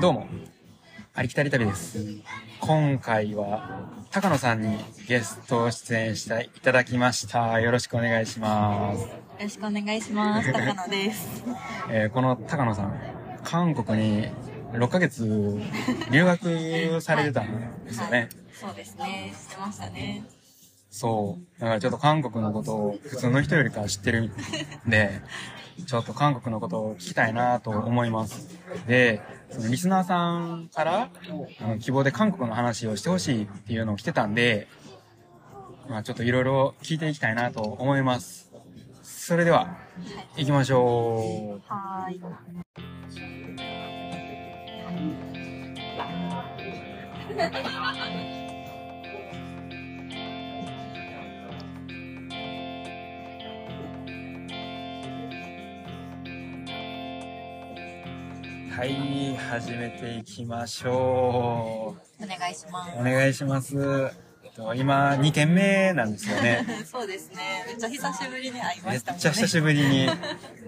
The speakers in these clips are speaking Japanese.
どうも、ありきたり旅です。今回は、高野さんにゲスト出演していただきました。よろしくお願いします。よろしくお願いします。高野です。えーこの高野さん、韓国に6ヶ月留学されてたんですよね。はいそうですね。してましたね。そう。だからちょっと韓国のことを普通の人よりかは知ってるんで、ちょっと韓国のことを聞きたいなと思います。で、そのリスナーさんから、あの希望で韓国の話をしてほしいっていうのを来てたんで、まあちょっといろいろ聞いていきたいなと思います。それでは、行きましょう。はーい。はい、始めていきましょう。お願いしまお願いします。えっと今、2件目なんですよね。す。そうですね。めっちゃ久しぶりに会いまめっしたもんね。ちゃ久しぶりに、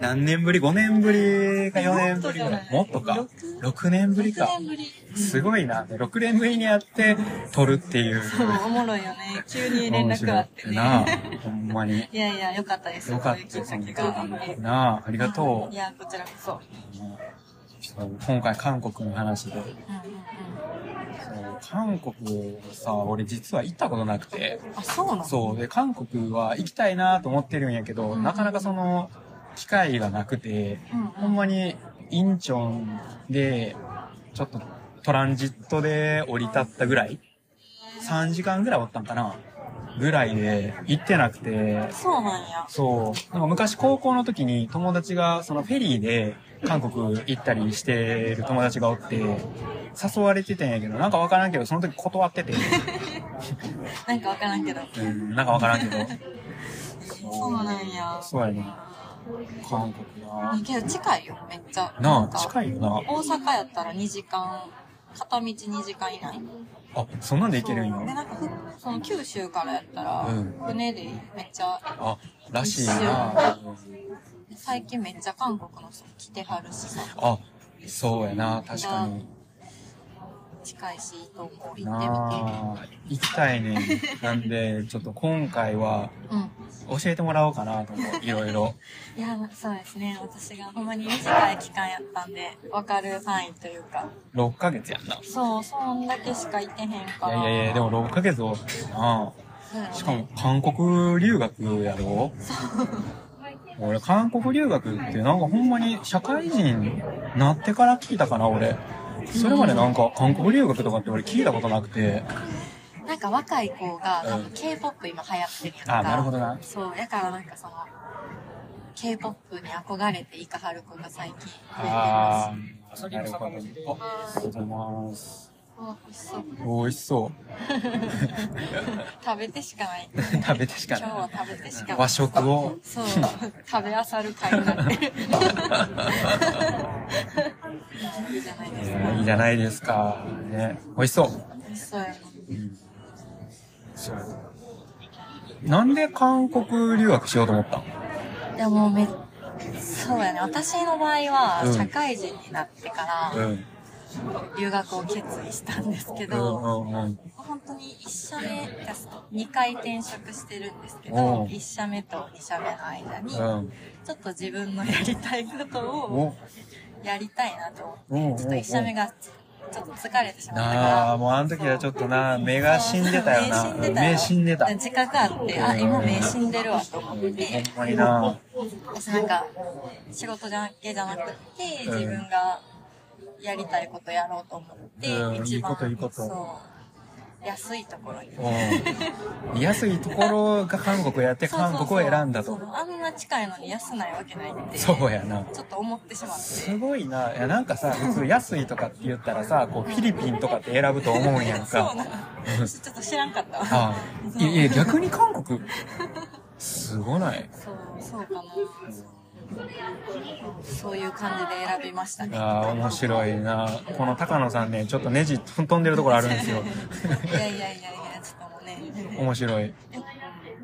何年ぶり ?5 年ぶりか4年ぶりぐらい。もっとか。6年ぶりか6。年ぶり。すごいな。6年ぶりにやって撮るっていう。そう、おもろいよね。急に連絡あってなあね。。ほんまに。いやいや、よかったです。よかっそういうきったかけがあって。なあ、ありがといや、こちらこそ。う。そう今回韓国の話で。うんうんうん。そう韓国さ、俺実は行ったことなくて。あ、そうなのそう。で、韓国は行きたいなと思ってるんやけど、うんなかなかその、機会がなくて、うんうんほんまに、インチョンで、ちょっとトランジットで降り立ったぐらい ?3 時間ぐらいおったんかなぐらいで、行ってなくて、そうなんや。そう。なんか昔高校の時に友達がそのフェリーで韓国行ったりしてる友達がおって、誘われてたんやけど、なんかわからんけど、その時断ってて、なんかわからんけど。うん、なんかわからんけど。そうなんや。そうやね。韓国な。けど近いよ、めっちゃ。なんあ、か近いよな。大阪やったら2時間片道2時間以内あ、そんなんで行けるんそうでよ。なんかふその九州からやったら、うん船でめっちゃあ、らしいな。最近めっちゃ韓国の人来てはるしさあ、そうやな。確かに。近いしいいと思う行ってみてなあ、行きたいね。なんで、ちょっと今回はうん教えてもらおうかなと思う。いろいろ。いやそうですね私がほんまに短い期間やったんで分かる範囲というか6ヶ月やんな。そうそんだけしか行ってへんかいらやいやいや、でも6ヶ月おったな。そうやねしかも韓国留学やろ俺、韓国留学ってなんかほんまに社会人になってから聞いたかな、俺。それまでなんか韓国留学とかって俺聞いたことなくて。なんか若い子が多う分ん K-POP 今流行ってるやんか、あ、なるほどな。そう、だからなんかその、K-POP に憧れていかはる子が最近増えてまあー、なるほど。ありがとうございます。す。うわ美味しそう。美味しそう。食べてしかない。食べてしか今日はな食べてしかないい。。和食を。そう、食べあさる会になってる。いいじゃないですいいか。じゃないですか。ね、美味しそう。美味しそうやな。なんで韓国留学しようと思ったんでもめ、そうやね。私の場合うんは、社会人になってから、ん。留学を決意したんですけうど、んうんうん。本当に1社目2回転職してるんですけどおう1社目と2社目の間にちょうん。っと自分のやりたいことをおやりたいなとお思ってちょっおとうおう1社目がちょっと疲れてしまったなあ、かもうあの時はちょっとな、目らが死んでたよな。そうそう目死死んんででた。たほよん自覚あってあ今目死んでるわと思ってまにな。私なんか仕事だけじゃなくてうん自分がやりたいことやろうと思ってうんい一い番こといいことそう安いところにうん。安いところが韓国やってそうそう韓そう国を選んだそと。のあんな近いのに安ないわけないってそうやな。ちょっと思ってしまってすごいな。いや、なんかさ、普通安いとかって言ったらさ、こう、フィリピンとかって選ぶと思うんやんそうか。なのちょっと知らんかったわああ。いやいや、逆に韓国、すごない。そうそうかなそういう感じで選びましたねああ、面白いな。この高野さんね、ちょっとネジ飛んでるところあるんですよ。いやいやいやいやちょっともうね面白い。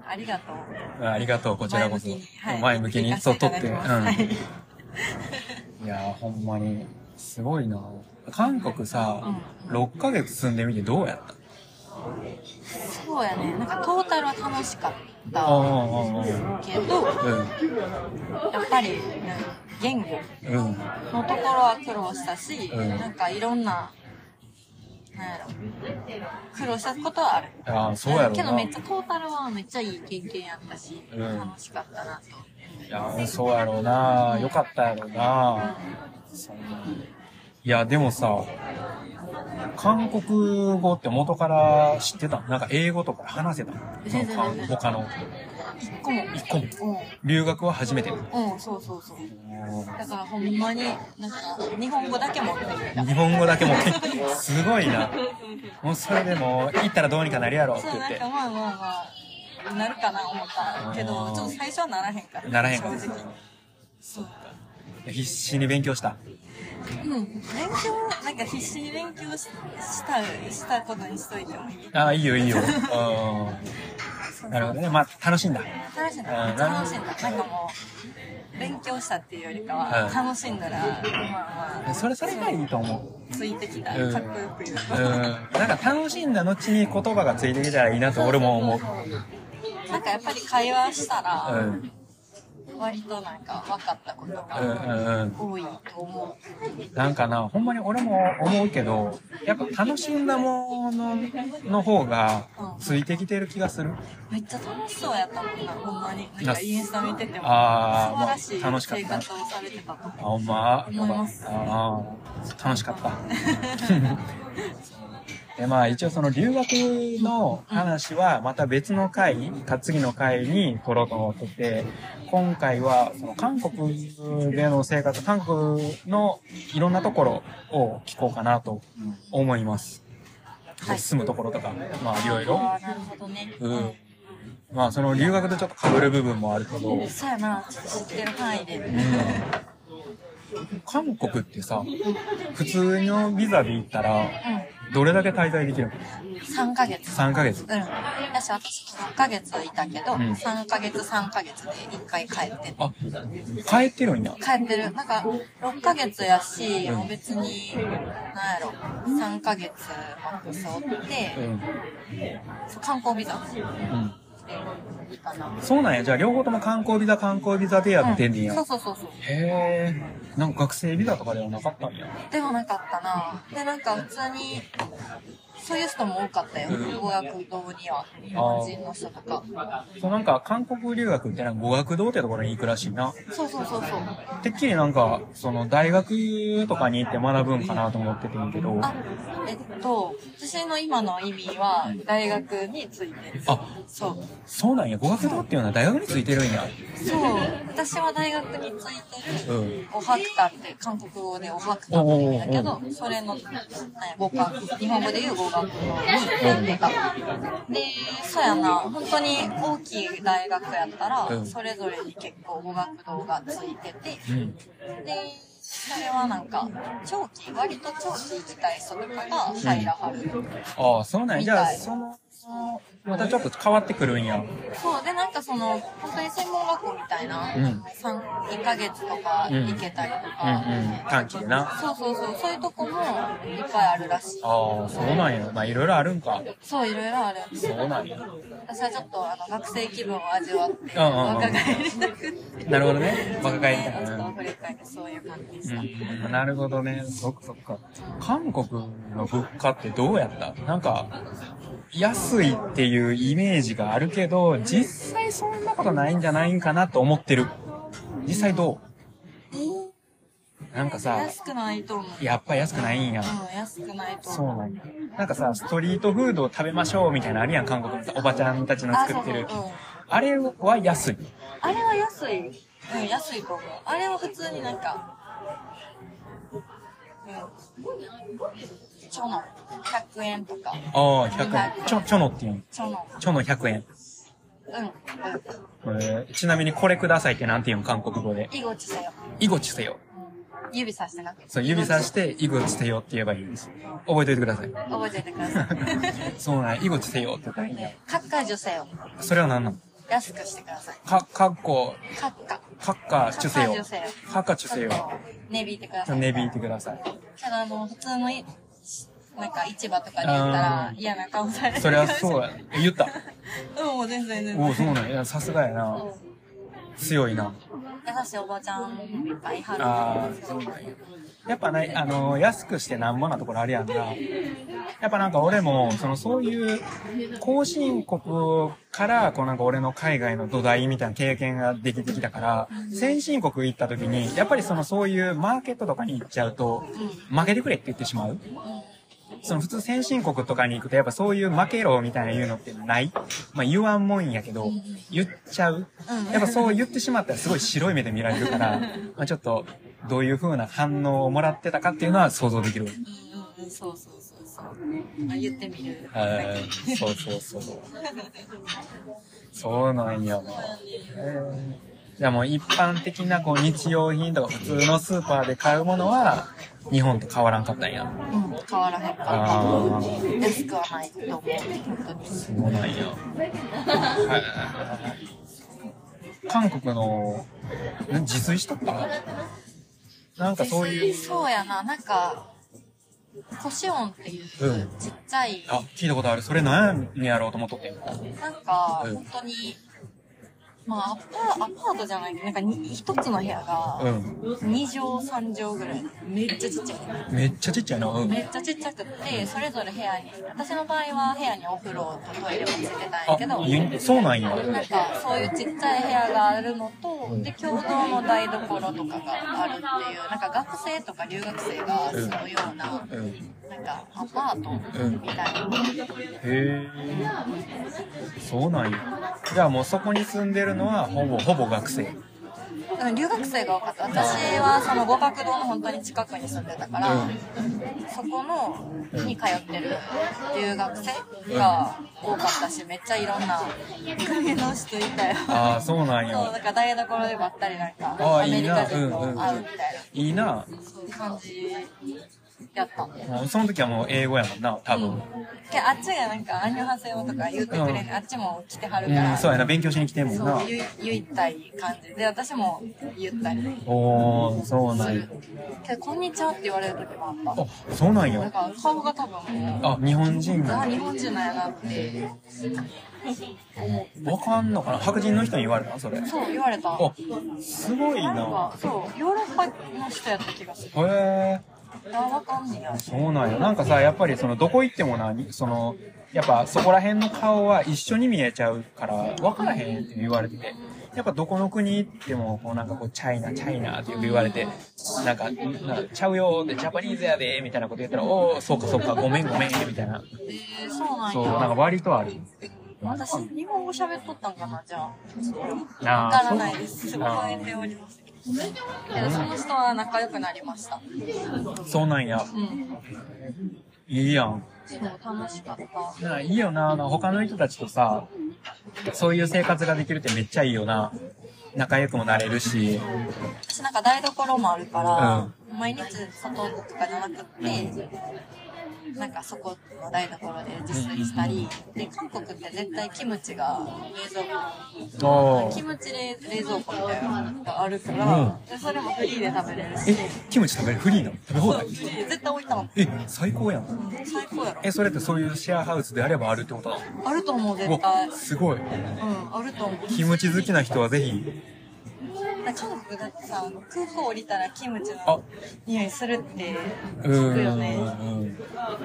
ありがとうありがとう、こちらこそ。前向きにはい前向きに、行かそせう、てい取たっだて。きうん。ますはいいやー、ほんまに、すごいな韓国さ、うん6ヶ月住んでみてどうやったそうやねなんかトータルは楽しかったああ、けどうやっぱり、うん、言語ん、うん。のところは苦労したし、うんなんかいろんな、なんやろ、苦労したことはある。ああ、そうやろうな。けどめっちゃトータルはめっちゃいい経験やったし、うん楽しかったなと。いや、そうやろうな。よかったやろうな。そんないや、でもさ、韓国語って元から知ってたのなんか英語とか話せたのそ全然の全然他の。一個も。一個も。う留学は初めて。ん。うん、そうそうそう。だからほんまに、なんか、日本語だけ持ってる。日本語だけ持ってきて、すごいな。もうそれでも、行ったらどうにかなるやろってそう、なんか言っまあまあまあ、なるかな思ったけど、うんちょっと最初はならへんから。て、ならへんか正直。そう。ら。必死に勉強した。うん、勉強、なんか必死に勉強しした、したことにしといてもいい。ああ、いいよいいよ。うん。なるほどね。まあ、楽しいんだ。楽しんだ。めっちゃ楽しんだ。なんかもう、勉強したっていうよりかはう、ん楽しんだら、まあまあ、それ、それがいいと思う。ついてきた。うんかっこよく言ううん、と。なんか楽しんだ後に言葉がついてきたらいいなと俺も思う。なんかやっぱり会話したうん、うら、ん、割となんか分かったことうがん、うん。多いと思なんかな、ほんまに俺も思うけど、やっぱ楽しんだものの方がついてきてる気がする。う。めっちゃ楽しそうやったもんな、ほんまに。なんかインスタ見てても、素あー晴らしいまあ楽しかった生活をされてたと思う。あ、ほんま思いますああ、楽しかった。 でまあ一応その留学の話はまた別の回か次の回に取ろうと思ってて今回はその韓国での生活韓国のいろんなところを聞こうかなと思います、はい住むところとかまあいろいろあーなるほどね。うんまあその留学とちょっと被る部分もあるけど、うん、そうやな、ちょっと知ってる範囲で。韓国ってさ普通のビザで行ったらうどれだけ滞在できるのん。3ヶ月。 3ヶ月うん。だし、私6ヶ月いたけど、ん3ヶ月3ヶ月で1回帰ってる。あ帰ってるんや帰ってる。なんか、6ヶ月やし、うんもう別に、なんやろ、3ヶ月マックスおって、うんそう観光ビザうんかな。そうなんや。じゃあ、両方とも観光ビザ、観光ビザでやってんねや。そうそうそうそう。へえ。なんか学生ビザとかではなかったんや。でもなかったな。で、なんか普通に、そういう人も多かったよ。語学堂には。日本人の人とか。そう、なんか、韓国留学ってなんか語学堂ってところに行くらしいな。そうそうそうそう。てっきりなんか、その、大学とかに行って学ぶんかなと思っててんけど。あ、えっと、私の今の意味は、大学についてる。あ、そう。そうなんや。語学堂っていうのは大学についてるんや。そう。私は大学についてる、うん。おはくたって、韓国語でおはくたって言うんだけど、それの、ね、語学、日本語で言う語学のに出た。で、そうやな、本当に大きい大学やったうら、んそれぞれに結構語学堂がついてて、うん。で、それはなんか、長期、割と長期行きたい人とかが入らはる。ああ、そうなんや。じゃあ、みたいその、またちょっと変わってくるんや。そうでなんかその本当に専門学校みたいな、うん三2ヶ月とかうん行けたりとうんうか、ん。短期でな。そうそうそうそういうとこもいっぱいあるらしいああ、そうなんや。まあ、いろいろあるんか。そういろいろあるそうなんや。私はちょっとあの学生気分を味わってうんうんうん若返りたくってなるほどね。若返ったねちょっなと振り返ってそういう感じでした、うん、なるほどね。そっかそっか。韓国の物価ってどうやったなんか、安いっていうイメージがあるけど、実際そんなことないんじゃないんかなと思ってる。実際どうなんかさ、安くないと思うやっぱ安くないんや。うん安くないとそう思うなんや。なんかさ、ストリートフードを食べましょうみたいなのあるやん、韓国のさおばちゃんたちのあ作そっうそてう、うるん。、あれは安い。あれは安いうん安いと思うあれは普通になんかうんちょの100円とかああ、100円。ちょ、ちょのっていうの。ちょのちょの100円。うんうんえーちなみにこれくださいってなんて言うの、韓国語で。囲碁ちせよ囲碁ちせよ。指さしてなくてそう、指さして、囲碁ちせよって言えばいいんです。覚えておいてくださ い。覚えておいてください そうなんや、囲碁ちせよって言ったらいいんや。カッカー女性よそれは何なの安くしてください。か、かっこ、閣下。かっか主閣せ下よ女。性。かっか主せちょっよ。と値引いてくちだょさっとい。値引いてください。ただ、あの、普通のい、なんか市場とかで言ったらあー嫌な顔されてそりゃそうや。え言った。 うん、もう全然全お然。お、そうなんやいや。さすがやな。強いな。優しいおばちゃんいっぱいいはる。ああ、そうなんや。やっぱね、あの、安くしてなんぼなところあるやんな。やっぱなんか俺も、そのそういう、後進国から、こうなんか俺の海外の土台みたいな経験ができてきたから、先進国行った時に、やっぱりそのそういうマーケットとかに行っちゃうと、負けてくれって言ってしまう。その普通先進国とかに行くとやっぱそういう負けろみたいな言うのってないまあ言わんもんやけど、言っちゃう。やっぱそう言ってしまったらすごい白い目で見られるから、まあちょっとどういう風な反応をもらってたかっていうのは想像できる。うんうんうん、そうそうそうそう。まあ、言ってみる。えーそうそうそう。そうなんや。えーじゃあもう一般的なこう日用品とか普通のスーパーで買うものは日本と変わらんかったんや。うん、変わらへんかあーった。安くはないと思う。本当に。そうなんや。韓国の、ん自炊しとったなんかそういう。そうやな、なんか、コシオンっていううんちっちゃい、あ、聞いたことある。それなんやろうと思っとってん。なんか、うん本当に、まあ、アパアパートじゃないけど、なんかに一つの部屋うが、ん。 2畳3畳ぐらい。めっちゃちっちゃい。めっちゃちっちゃいな。うん。めっちゃちっちゃくって、それぞれ部屋に、私の場合は部屋にお風呂とトイレもついてたあんやけど、、ゆそうなんや。なんかそういうちっちゃい部屋があるのと、で共同の台所とかがあるっていうなんか学生とか留学生が住むような,、うん。なんかアパートみたいな、へえ。そうなんや。じゃあもうそこに住んでるのはほぼ、ほぼ学生。うん留学生が多かった私はその五角堂の本当に近くに住んでたから、うんそこのに通ってる留学生が多かったしめっちゃいろんな国の人いたよああ、そうなんそうや。なんか台所でばったりなんあかあアメリカ人いいなとうんうん会うみたいないいな。そういう感じやったんで。もうその時はもう英語やもんな、多分。であっちがなんか、アンニョハセヨとか言ってくれる、うんあっちも来てはるうかん、ら、そうやな、勉強しに来てんもんなそう。言い言いたい感じで、私も言ったりおー、そうなすんるや。。けど、こんにちはって言われる時もあった。あ、そうなんなんや。か、顔が多分もう、あ、日本人あ、な日本人なんやなって、のわかんのかな白人の人に言われたのそれ。そう、言われた。あ、すごいなんな。か、そう、ヨーロッパの人やった気がする。へえ。あ、わかんねや。そうなんや。なんかさ、やっぱりその、どこ行ってもな、にその、やっぱそこら辺の顔は一緒に見えちゃうから、わからへんって言われてて。やっぱどこの国行っても、こうなんかこう、チャイナ、チャイナってよく言われて、なんか、なんかちゃうよで、ジャパニーズやで、みたいなこと言ったら、おー、そうかそうか、ごめんごめん、みたいな。えー、そうなんや。そう、なんか割とある。私、日本語喋っとったんかな、じゃあ。あわーからないです。すそうごい覚えておりますけど。けど、その人は仲良くなりました。そうなんや。うん。いいやん。そう、楽しかった。なあいいよな。あの他の人たちとさ、そういう生活ができるってめっちゃいいよな。仲良くもなれるし。私なんか台所もあるから、毎日外とかじゃなくって、なんかそこの台所で自炊したり、で、韓国って絶対キムチが冷蔵お庫、キームチ冷冷蔵庫みたいなのがあるから、でそれもフリーで食べれるし、え、キムチ食べるフリーなの食べ放そう題フリー絶対置いたの。え、最高やん。最高やろ。え、それってそういうシェアハウスであればあるってことなあると思のう、絶対。おすごい。うん、あると思う。キムチ好きな人はぜひ。韓国だってさ、あの空港降りたらキムチあの匂いするってう聞くよね。ん。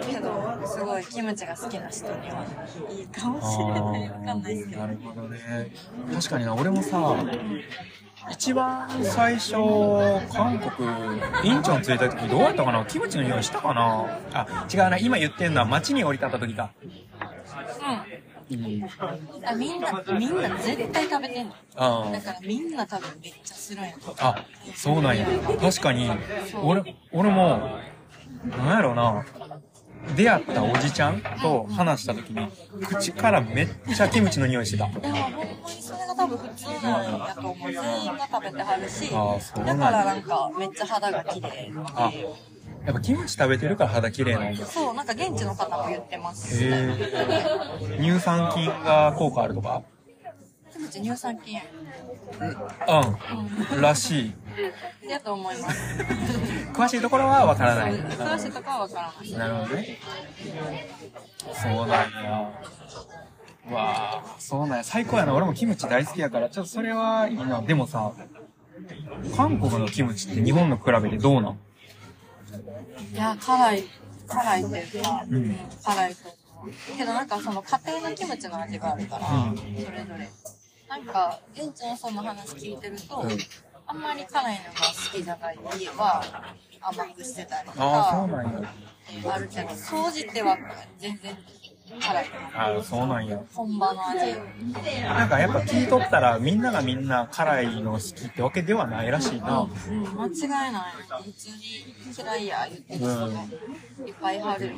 けど、すごいキムチが好きな人にはいいかもしれあない。わかんないですーけなど。るほどね。確かにな、俺もさ、一番最初、韓国、インチョン着いた時どうやったかなキムチの匂いしたかなあ、違うな、今言ってんのは街に降り立った時か。うん。うん。あ、みんな、みんな絶対食べてんの。あだーからみんな多分めっちゃするんやと。あ、そうなんや。確かに、俺、俺も、なんやろな、出会ったおじちゃんと話した時に、口からめっちゃキムチの匂いしてた。でもほんまにそれが多分普通なんやと思う。全員が食べてはるし、あーそうなだんやからなんかめっちゃ肌が綺麗。あ、やっぱキムチ食べてるから肌綺麗なんや。そう、なんか現地の方も言ってます。へえ。乳酸菌が効果あるとかキムチ乳酸菌うん。らしい。やと思います。詳しいところはわからない。詳しいとかはわからない。なるほどね。そうなんや。わあ、そうなんや。最高やな。俺もキムチ大好きやから、ちょっとそれはいいな。でもさ、韓国のキムチって日本の比べてどうなんいや、辛い、辛いっていうか、んうん辛いと思う。けどなんかその家庭のキムチの味があるから、うんそれぞれ。なんか、園長さんの話聞いてると、うんあんまり辛いのが好きじゃない家は甘くしてたりとああ、そうか、なんや。あるけど、総じては全然辛い。ああ、そうなんや。本場の味。なんかやっぱ聞いとったら、みんながみんな辛いの好きってわけではないらしいな。うん、間違いない。普通に嫌いや言ってる人がいっぱい入る。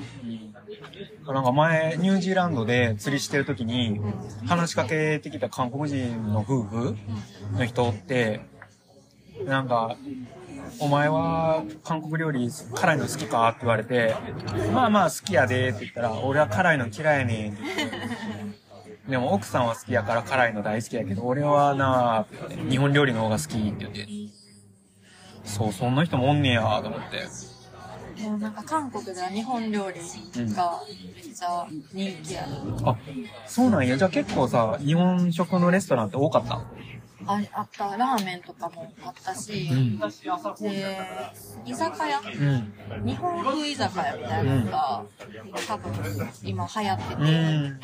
なんか前、ニュージーランドで釣りしてる時に、話しかけてきた韓国人の夫婦の人って、なんか、お前は韓国料理辛いの好きかって言われて、まあまあ好きやでって言ったら、俺は辛いの嫌いやねんって言って。でも奥さんは好きやから辛いの大好きやけど、俺はな、日本料理の方が好きって言って。そう、そんな人もおんねやと思って。でもなんか韓国では日本料理がめっちゃ人気やね、あ、そうなんや。じゃあ結構さ、日本食のレストランって多かったああったラーメンとかもあったし、んで居酒屋うん。日本風居酒屋みたいなのが、多分今流行ってうて、ん。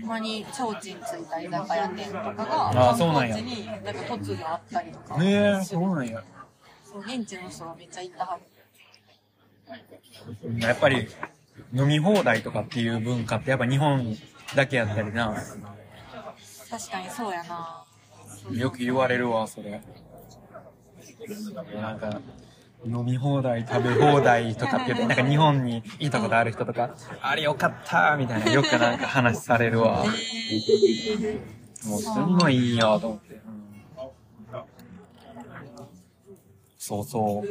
ほんまに提灯ついた居酒屋店とかがあ観そうなん光や地になんか突如あったりとか、ねえ、そうなんや。そう現地の人がめっちゃ行ったはずやっぱり、飲み放題とかっていう文化ってやっぱ日本だけやったりな。確かにそうやなよく言われるわ、それ。なんか、飲み放題、食べ放題とかって言って、なんか日本にいたことある人とか、あれよかったみたいな、よくなんか話されるわ。もうすんごいいいやと思って。うんそうそう。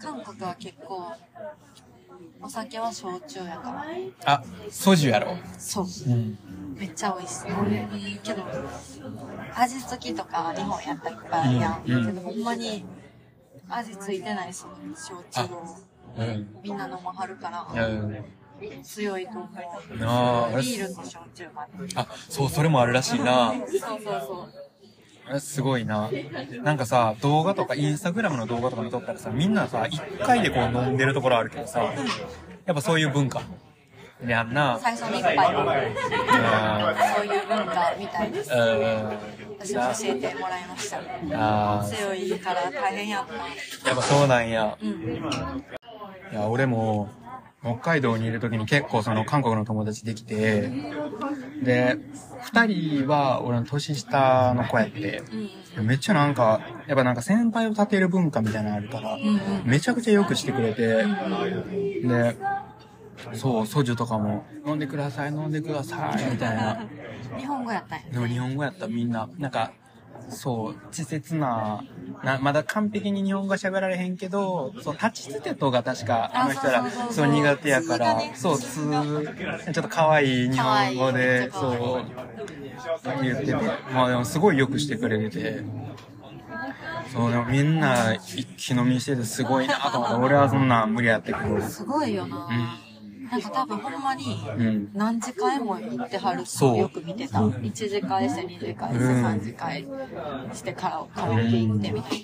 韓国は結構お酒は焼酎やからあ、ソジュやろ。そううん。めっちゃ美味しい。けど、味付きとか日本やったらいっぱいやん。うんけど、ほんまに味付いてないその焼酎をうん。みんな飲まはるからう、ん。強いと思う。ああ、ビールと焼酎まで。あ、そう、それもあるらしいな。そうそうそう。あすごいな。なんかさ、動画とか、インスタグラムの動画とかに撮ったらさ、みんなさ、一回でこう飲んでるところあるけどさ、やっぱそういう文化。やんな。最初の一杯は、そういう文化みたいです。うん。うん。私も教えてもらいました。あー強いから大変やった。やっぱそうなんや。うん。いや、俺も、北海道にいる時に結構その韓国の友達できて、で、二人は俺の年下の子やって、うん。めっちゃなんか、やっぱなんか先輩を立てる文化みたいなのあるから、うん。めちゃくちゃよくしてくれて、で、そう、ソジュとかも、飲んでください、飲んでください、みたいな。うん。日本語やったんや。でも日本語やったらみんな、なんか、そう、稚拙な、なまだ完璧に日本語喋られへんけど、そう、立ちつてとが確か、ああの人らそうそうそ、うそう苦手やか通がらね、そう、つーちょっと可愛い日本語で、可愛いそう、言ってて、まあでもすごいよくしてくれて、そう、でもみんな一気飲みしててすごいなと思って、俺はそんなん無理やってくる。すごいよな。なんか多分ほんまに、うん。何次会も行ってはるそうよく見てた1次会して2次会してうん3次会してカラオカラオケ行ってみたい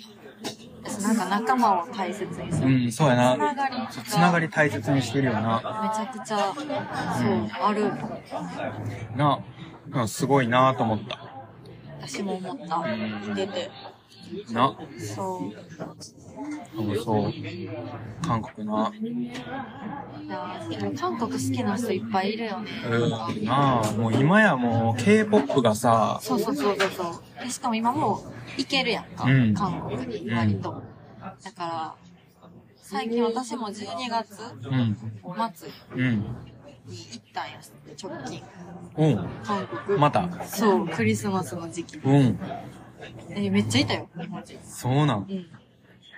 ななんか仲間を大切にうするめちん、そうやな。つながりがそうつながり大切にしてるよな。ゃくちゃそうあるな、うんすごいなと思った。私も思った出てな、そうそう。韓国な。いやーでも韓国好きな人いっぱいいるよねうんなんか、なあ、もう今やもう K-POP がさ、そうそうそうそうそうでしかも今もう行けるやんか、うん韓国に割とだから最近私も12月うん、末うん、に行ったんや直近うん、韓国また、そうクリスマスの時期うん、えめっちゃいたよ日本人そうなん。うん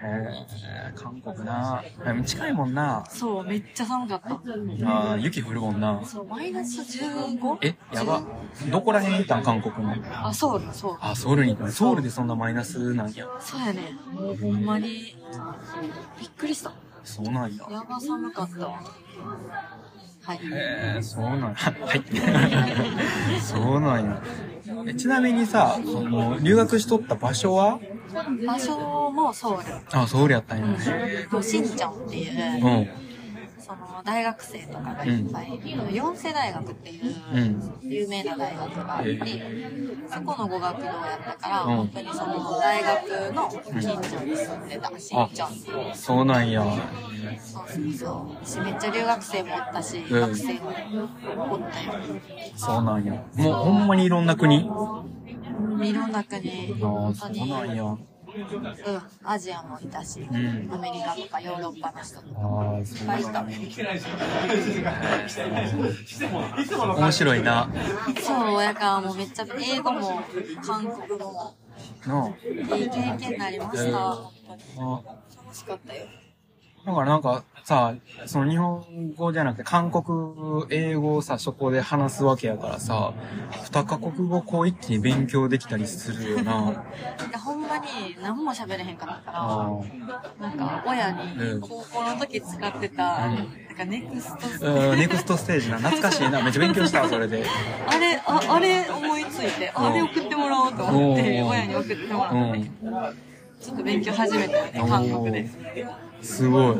えー、韓国な。うん近いもんな。そう、めっちゃ寒かった。あー雪降るもんな。そう、マイナス 15? え、やば。どこら辺行ったん韓国の。あ、そうだ、そう。あ、ソウルに行ったんソウルでそんなマイナスなんや。そうやね。もうほんまに、びっくりした。そうなんや。やば寒かったわ。はい。えー、そうなんや。はい。そうなんや。えちなみにさ、その、留学しとった場所は場所もソウル。あ、ソウルやったんや。うん。しんちゃんっていうう、ん。。その大学生とかがいっぱい、四世大学っていううん有名な大学があって、そこの語学堂やったから、うん本当にその大学の近所に住んでた、しんちゃんっていう。そうなんや。そうそうそう。しめっちゃ留学生もおったし、ん学生もおったよ。そうなんや。もうほんまにいろんな国いろんあな国、ー本当そうに、うなんん、や。アジアもいたし、んアメリカとかヨーロッパの人もああ、いそっうぱないんいた。や。面白いな。そう、やからもうめっちゃ英語も韓国語もなあ。いい経験になりました。本当にあ楽しかったよ。だからなんかさ、その日本語じゃなくて韓国英語をさ、そこで話すわけやからさ、二カ国語こう一気に勉強できたりするよ な。でほんまに何も喋れへんかったあから、なんか親うんに高校の時使ってた、うんなんかネクストステーうん、ネクストステージな。懐かしいな。めっちゃ勉強したわ、それで。あれ、ああれ思いついて、あれ送ってもらおうと思って、おー親に送ってもらっうて、ん。ちょっと勉強始めたよね、韓国で。おーすごい。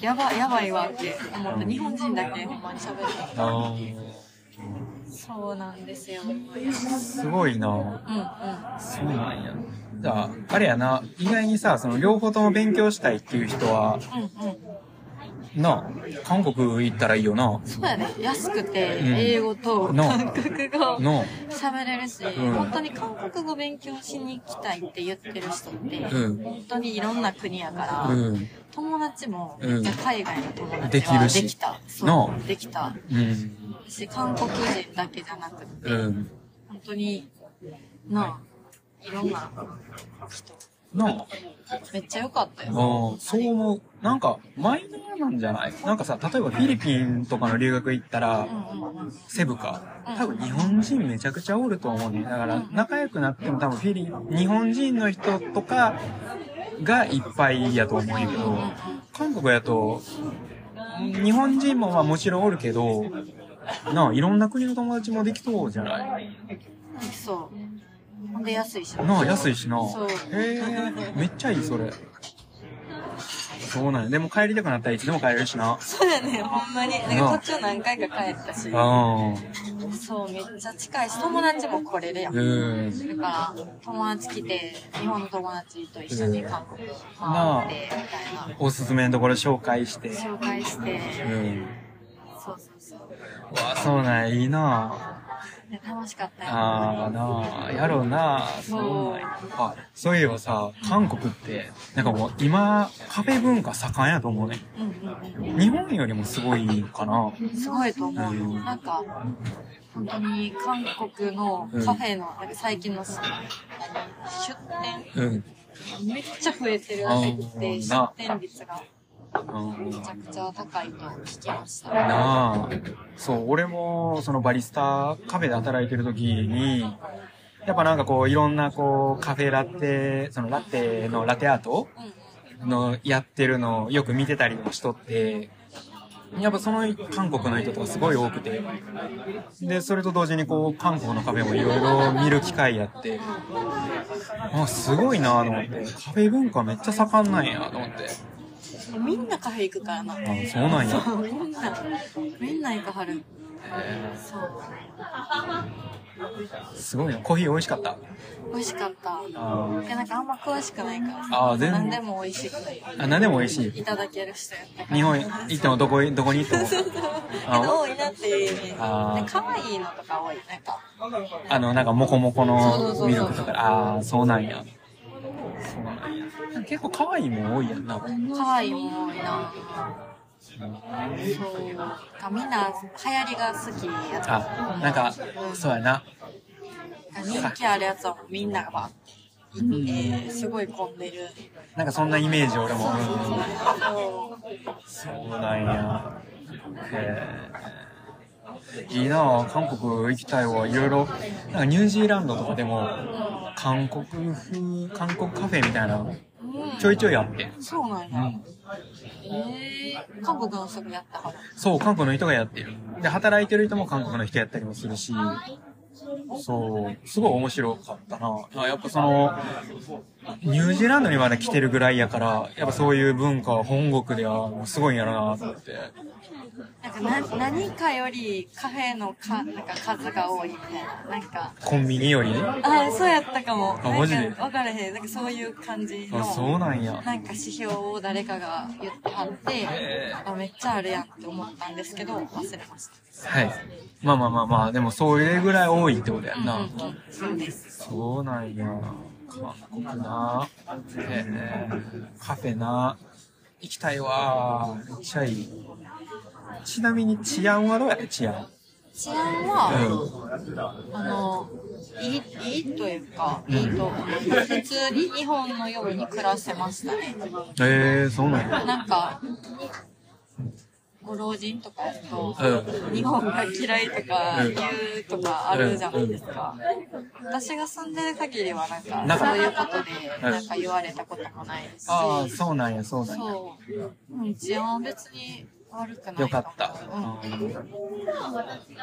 やば、やばいわって思った。日本人だけほんまに喋る。あーそうなんですよ。うんうん。すごいな。あ、そうなんや。じゃあ、あれやな、意外にさ、その両方とも勉強したいっていう人は、うんうん。なあ、韓国行ったらいいよな。そうやね。安くて、ん英語とな韓国語なあ。喋れるし、うん本当に韓国語勉強しに行きたいって言ってる人って、うん本当にいろんな国やから、うん。友達もめっちゃ海外の友う達んはできるしできた。なそうあできた。うん。し、韓国人だけじゃなくて、うん。本当に、なあ、いろんな人。なあ。めっちゃ良かったよ。ああ、そう思う。なんか、マイナーなんじゃないなんかさ、例えばフィリピンとかの留学行ったらう、んうんうん。セブか。多分日本人めちゃくちゃおると思うね。だから、仲良くなっても多分フィリ、日本人の人とかがいっぱいやと思うけど、韓国やと、日本人もまあもちろんおるけど、なあ、いろんな国の友達もできそうじゃないできそう。ほんで安いし。なあ、安いしな。そうへえ、めっちゃいい、それ。そうなんや。でも帰りたくなったらいつでも帰れるしな。そうやね、ほんまに。なんか途中何回か帰ったし。ああ、そう、めっちゃ近いし、友達も来れるやん。だうん。から、友達来て、日本の友達と一緒に韓国回って、みたいな。おすすめのところ紹介して。紹介して、うん。そうそうそう。うわあ、そうなんや、いいなで楽しかったあ。よ。ああ、なあ、やろうなあ。そうなんや。あ、そういえばさ、韓国って、なんかもう今、カフェ文化盛んやと思うね。うんうんうん。日本よりもすごいのかな。すごいと思うよ。うんなんか、本当に韓国のカフェの、なんか最近の、何出うん。店めっちゃ増えてるらしくて、うん出店率がうんめちゃくちゃ高いと聞きました。なあ。そう、俺も、そのバリスタカフェで働いてる時に、やっぱなんかこう、いろんなこう、カフェラテ、そのラテのラテアートうんうん。のやってるのをよく見てたりもしとって、やっぱその韓国の人とかすごい多くて、で、それと同時にこう、韓国のカフェもいろいろ見る機会やって、あ、すごいなと思って、カフェ文化めっちゃ盛んなんやと思って。みんなカフェ行くからな。あ、そうなんや。そうみんな、みんな行かはる。そう。すごいな。コーヒー美味しかった。美味しかった。あーいや、なんかあんま詳しくないからさ。あー全然何でも美味しくあ、何でも美味しい。いただける人やったから。日本行ってもどこ、どこに行っても。けど多いなっていうイメージ。であー可愛いのとか多い。なんか、あの、なんか、モコモコそうそうそうそのうミルクとか、ああ、そうなんや。そうなんや。結構可愛いもん多いやんな。可愛いも多いな。そう。かみんな流行りが好きやった。あ、なんか、そうやな。人気あるやつはみんながバーって行って、すごい混んでる。なんかそんなイメージ俺も。そうそうそううんそう。そうなんや。へえ。いいなあ韓国行きたいわ。いろいろ、なんかニュージーランドとかでも、韓国風、韓国カフェみたいな、うんちょいちょいあって。そうなんや。えー、韓国の人がやったから。そう、韓国の人がやってる。で、働いてる人も韓国の人やったりもするし、そう、すごい面白かったな。あやっぱその、ニュージーランドにまで来てるぐらいやから、やっぱそういう文化は本国ではもうすごいんやろなと思って。なんかな何かよりカフェのかなんか数が多いみたいな。なんか、コンビニよりああ、そうやったかも。あマジでなんか分からへん。なんかそういう感じの。あ、そうなんや。なんか指標を誰かが言ってはって、あめっちゃあるやんって思ったんですけど、忘れました。はい。まあまあまあまあ、でもそれぐらい多いってことやんな。うんうん、そうです。そうなんや。韓国な。えー、カフェな。行きたいわ。めっちゃいい。ちなみに治安はどうやね治安。治安は、うあの、いい、いいというか、いいと、普通に日本のように暮らせましたね。ん。えー、そうなんや。なんか、ご老人とかやと、う日本が嫌いとうかん言うとかあるじゃないですか。私が住んでる限りはなんなか、んかそういうことで、うんなんか言われたこともないし、ああ、そうなんや、そうなんや。そう。うん、治安は別に悪くないよかったうん。。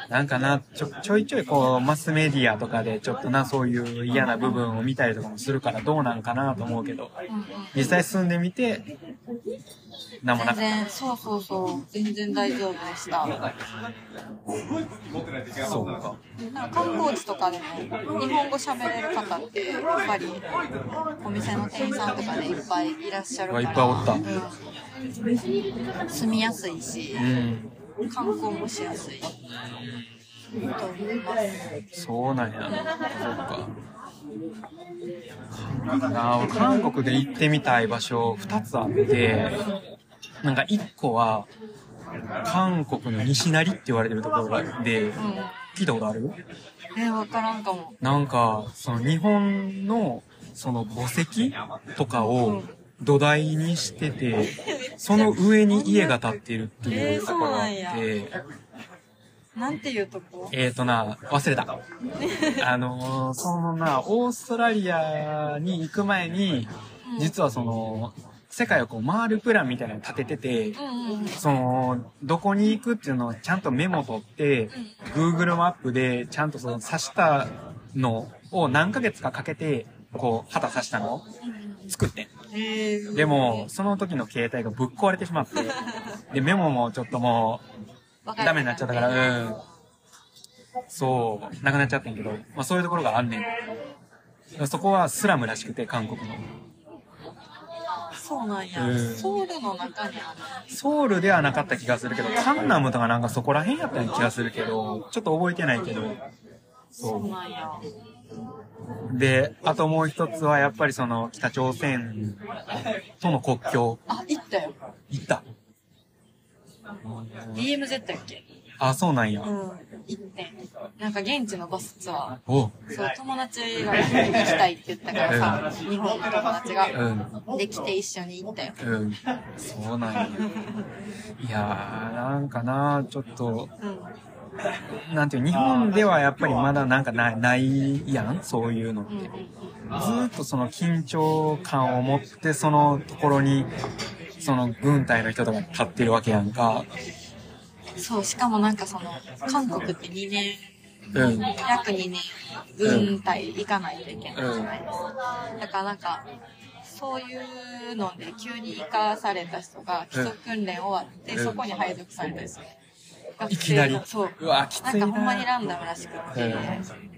なんかな、ちょ、ちょいちょいこう、マスメディアとかで、ちょっとな、そういう嫌な部分を見たりとかもするから、どうなんかなと思うけど、うんうん実際住んでみて、なんもな全かっ然、そうそうそう、全然大丈夫でした。た。そうか。なんか観光地とかでも日本語喋れる方ってやっぱりお店の店員さんとかでいっぱいいらっしゃるからいっぱいおったうん住みやすいうしん。観光もしやすいと思いますそうなんや。そうか。韓国な俺韓国で行ってみたい場所2つあって、なんか1個は、韓国の西成って言われてるところがで、聞いたことあるうんえ分からんかもなんか、その日本の、その墓石とかを土台にしてて、その上に家が建っているっていうところがあっえーそうなんて、なんていうとこえーとな、忘れた。あのーそのな、オーストラリアに行く前に、実はその、世界をこう回るプランみたいなの立てててう、んうんうんその、どこに行くっていうのをちゃんとメモ取って、Google マップでちゃんとその刺したのを何ヶ月かかけて、こう、旗刺したのを作ってん。えーでも、その時の携帯がぶっ壊れてしまって、で、メモもちょっともう、わかるダメになっちゃったから、うん。そう、なくなっちゃってんけど、まあそういうところがあんねん。そこはスラムらしくて、韓国の。そうなんや、うんソウルの中にあるソウルではなかった気がするけど、カンナムとかなんかそこら辺やったような気がするけど、ちょっと覚えてないけど。そそうう。なんやで、あともう一つはやっぱりその北朝鮮との国境。あ行ったよ行った。 DMZ やっけあ、そうなんうや。ん、行って。なんか現地のバスツアおう。ー。そう、友達が行きたいって言ったからさ、日本の友達うが。ん。で、来て一緒に行ったよ。うん。そうなんや。いやー、なんかな、ちょっと、うん。なんていう、日本ではやっぱりまだなんかない、ないやん、そういうのって。うんずーっとその緊張感を持って、そのところに、その軍隊の人とか立ってるわけやんか。そう、しかもなんかその、韓国って2年、うん。うん。約2年、軍隊行かないといけないじゃないですか。だからなんか、そういうので急に生かされた人が基礎訓練終わって、うんそこに配属されたりする。いきなり。そう。うわ、きなつんいかな。ほんまにランダムらしくって、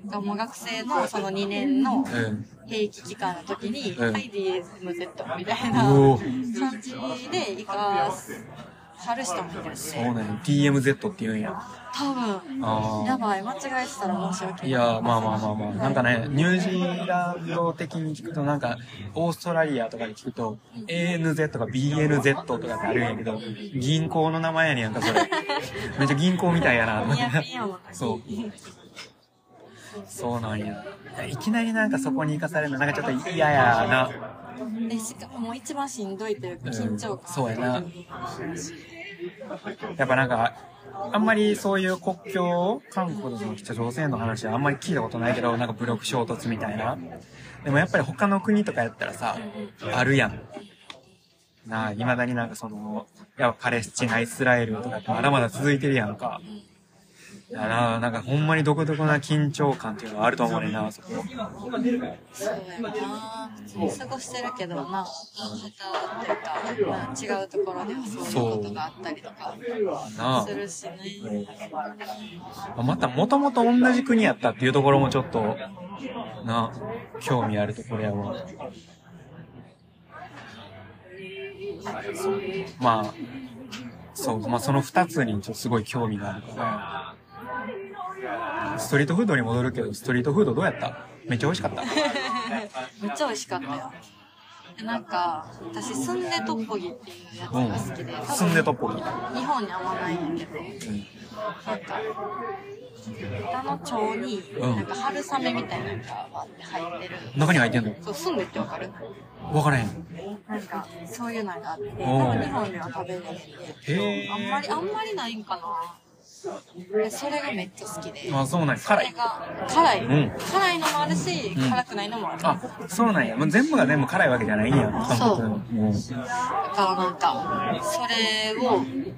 がもう学生のその2年のうん。兵役期間の時に、うんはい、DSMZ みたいうなおー感じで行かはる人もいるし、そうなんや。DMZ って言うんや。多分、あーやばい、間違えてたら申し訳ない。いやーまあまあまあまあ、なんかね、ニュージーランド的に聞くと、なんか、オーストラリアとかで聞くと、ANZ とか BNZ とかってあるんやけど、銀行の名前やねんやんか、それ。めっちゃ銀行みたいやなと思ニっアてピンやもんね。そう。そうなんや。いきなりなんかそこに行かされるの、なんかちょっと嫌やな。でしかももう一番しんどいというか緊張感、そうやな。やっぱなんか、あんまりそういう国境、韓国とその北朝鮮の話はあんまり聞いたことないけど、なんか武力衝突みたいな。でもやっぱり他の国とかやったらさ、あるやん。なあ、未だになんかその、やっぱパレスチナ、イスラエルとかってまだまだ続いてるやんか。だからなんかほんまに独特な緊張感っていうのはあると思うねんな、そこ。そうやな過ごしてるけどな下手というか、まあ、違うところではそういうことがあったりとかなあす。るしねまた、もともと同じ国やったっていうところもちょっと、な、興味あるところやわ。まあ、そう、まあその二つにちょっとすごい興味があるから。ストリートフードに戻るけど、ストリートフードどうやっためっちゃ美味しかった。めっちゃ美味しかったよでなんか私スンデトッポギっていうやつうんが好きで、。多すんでト分ッポギ。日本にあんまないんだけどなんか豚の腸にうんなんか春雨みたいなのがわって入ってる、中に入ってんのそうスンデってわかるわからへん。なんかそういうのがあって多分日本では食べれないんへでーあんまりあんまりないんかなでそれがめっちゃ好きであ、そうなんや。そ辛れい。が辛い、うん辛いのもあるし、ん辛くないのもあるだあ、そうなんや。もう全部が全部辛いわけじゃないんや。そう韓国のからなんかそれをうん。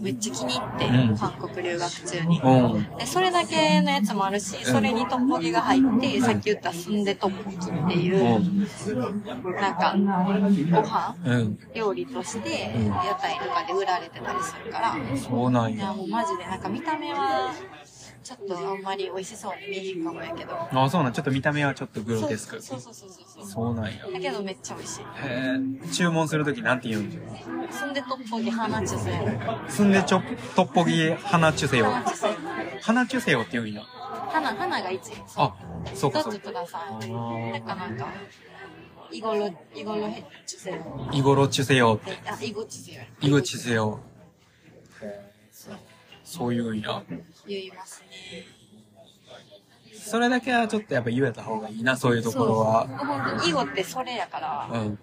めっちゃ気に入って、うん韓国留学中に、うん。うん。でそれだけのやつもあるし、それにトッポギが入って、さっき言ったスンデトッポギっていう、なんか、ご飯うん。料理として、うん屋台とかで売られてたりするから、そうなんいや、や。もうマジで、なんか見た目は、ちょっとあんまり美味しそうに見えへんかもやけど。あ、そうなん。ちょっと見た目はちょっとグロそうテスク。そうそうそうそうそそうなんや。う。だけどめっちゃ美味しい。へえ。注文するときなんて言うんですかそんでトッポギ花チュセヨ。すんでちょ、トッポギ、花チュセヨ。花チュセヨ。花チュセヨって言うんや。花、花が一。あ、そうかどっそうちか。くださあい。なんかなんか、イゴロ、イゴロヘッチュセヨ。ーイゴロチュセヨ。であ、イゴチュセヨや。イゴチュセヨ。そういうんや。言いますね。それだけはちょっとやっぱ言えた方がいいな、そういうところは。そうほんとイゴってそれやから、うん。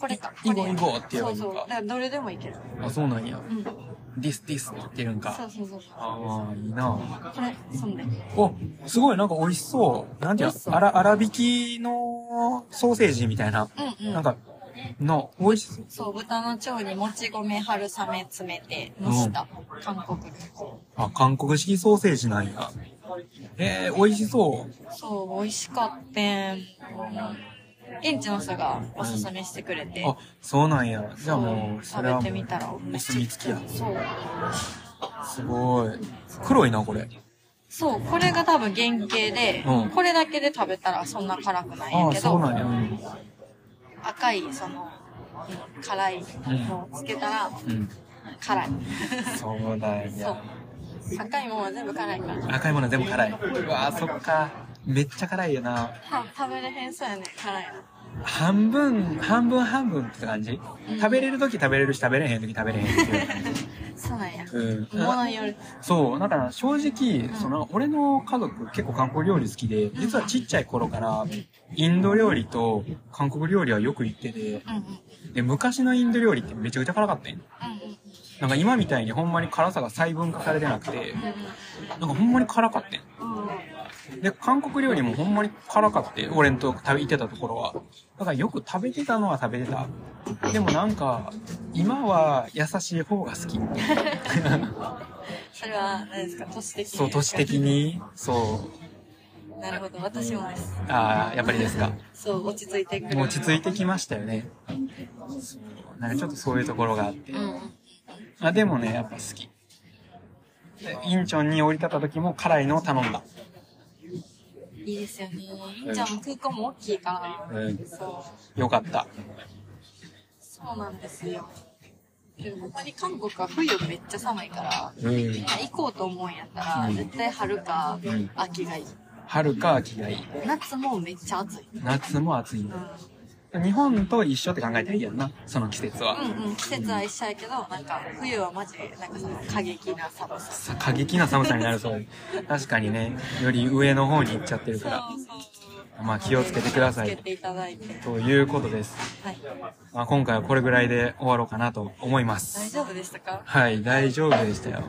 これか。イゴこれイゴって言えばそいいうのそかう。だからどれでもいける。あ、そうなんや。うん。そディスディスって言ってるんうか。そうそう。そああ、いいな。うこれ、そんで。お、すごい、なんか美味しそう。なんていう美味しそのうあら、粗挽きのソーセージみたいな。うんうんなんか、の、美味しそう。そう、豚の腸にもち米、春雨詰めて、蒸した、韓国で。あ、韓国式ソーセージなんや。えー、美味しそう。そう、美味しかったん。現地の人がおすすめしてくれて。あ、そうなんや。じゃあもう、そ食れべはもてうみたら、お墨付きや。そう。すごい。黒いな、これ。そう、これが多分原型で、うんこれだけで食べたらそんな辛くないんあやあ、けそうど、なんや。うん。赤い、その、うん辛いのをつけたら、うん、辛い。そうだそよう。。赤いもんは全部辛いから。赤いもの全部辛い。うわーそっか。めっちゃ辛いよな。は食べれへんそうやね、辛いの。半分、半分半分って感じうん食べれるとき食べれるし、食べれへんとき食べれへんっていう感じ。そうなんや。 うん物による。そう、だから正直、んその、俺の家族結構韓国料理好きで、実はちっちゃい頃から、インド料理と韓国料理はよく行ってて、うんうん。うんで、昔のインド料理ってめちゃくちゃ辛かったんようん。なんか今みたいにほんまに辛さが細分化されてなくて、なんかほんまに辛かったんよで、韓国料理もほんまに辛かって、俺んと食べ、行ってたところは。だからよく食べてたのは食べてた。でもなんか、今は優しい方が好 き。それは、何ですか、都市的に。そう、都市的。に。そう。なるほど、私もです。ああ、やっぱりですか。そう、落ち着いてくる。もう落ち着いてきましたよね。そうなんかちょっとそういうところがあってう。んうん。あ、でもね、やっぱ好き。でインチョンに降り立った時も辛いのを頼んだ。いいですよね。みんちゃんも空港も大きいから。うんそう。よかった。そうなんですよ。でもほんまに韓国は冬めっちゃ寒いから、うんみんな行こうと思うんやったら、絶対春かうん秋がいい。春か秋がいい。夏もめっちゃ暑い。夏も暑い。うん。日本と一緒って考えたらいいやんな、その季節は。うんうん、季節は一緒やけど、なんか冬はマジで、なんかその過激な寒さ。さ過激な寒さになるそう。確かにね、より上の方に行っちゃってるから。まあ気をつけてください気をつけていただいて。ということです。はい。まあ、今回はこれぐらいで終わろうかなと思いま大す。丈夫でしたかはい、大丈夫でしたよ。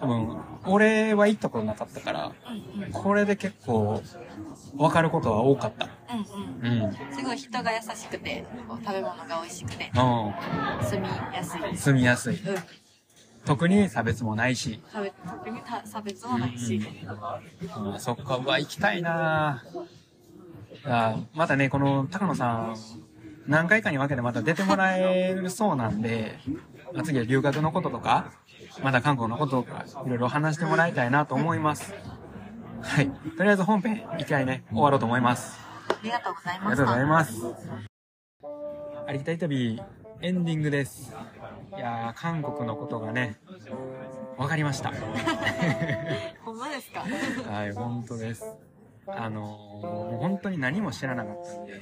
多分、俺は行ったことなかったから、うんうん。うんこれで結構、わかることは多かった。うん。うん。うん。すごい人が優しくて、食べ物が美味しくて、住みやすいです。住みやすい。うん。特に差別もないし。差別、特にた差別もないし。うん、そっか、うわ、行きたいなああまたね、この高野さん、何回かに分けてまた出てもらえるそうなんで、まあ次は留学のこととか、また韓国のこととか、いろいろ話してもらいたいなと思います。はい。とりあえず本編、一回ね、終わろうと思います。ありがとうございありまがしとうございた。ます。ありきたい旅、エンディングです。いやー、韓国のことがね、分かりました。ほんまですかはい、本当です。あのーもう本当に何も知らなかったんで、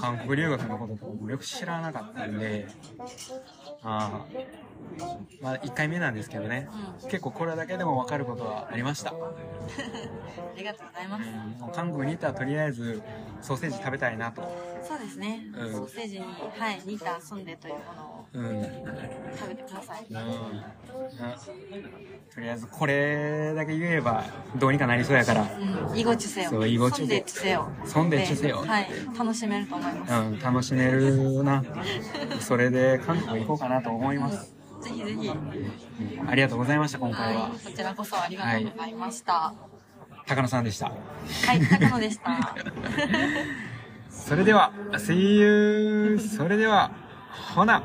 韓国留学のこととかもよく知らなかったんで、あーまあ、1回目なんですけどね、結構これだけでも分かることはありました。ありがとうございまうすん。もう韓国に行ったらとりあえずソーセージ食べたいなと。そうですね。うんソーセージに、はい、煮たソンデというものうん。うんを食べてください。あとりあえずこれだけ言えばどうにかなりそうやから、うん、イゴチュセオ。そう이거 ソンデチュセオ。ソンデチュセヨはい、楽しめると思います。うん、楽しめるな。それで韓国行こうかなと思います。ぜひぜひ。ありがとうございました、今回はは。い、こちらこそありがとうございました。は高野さんでした。い、高野でした。それでは、See you! それでは、ほな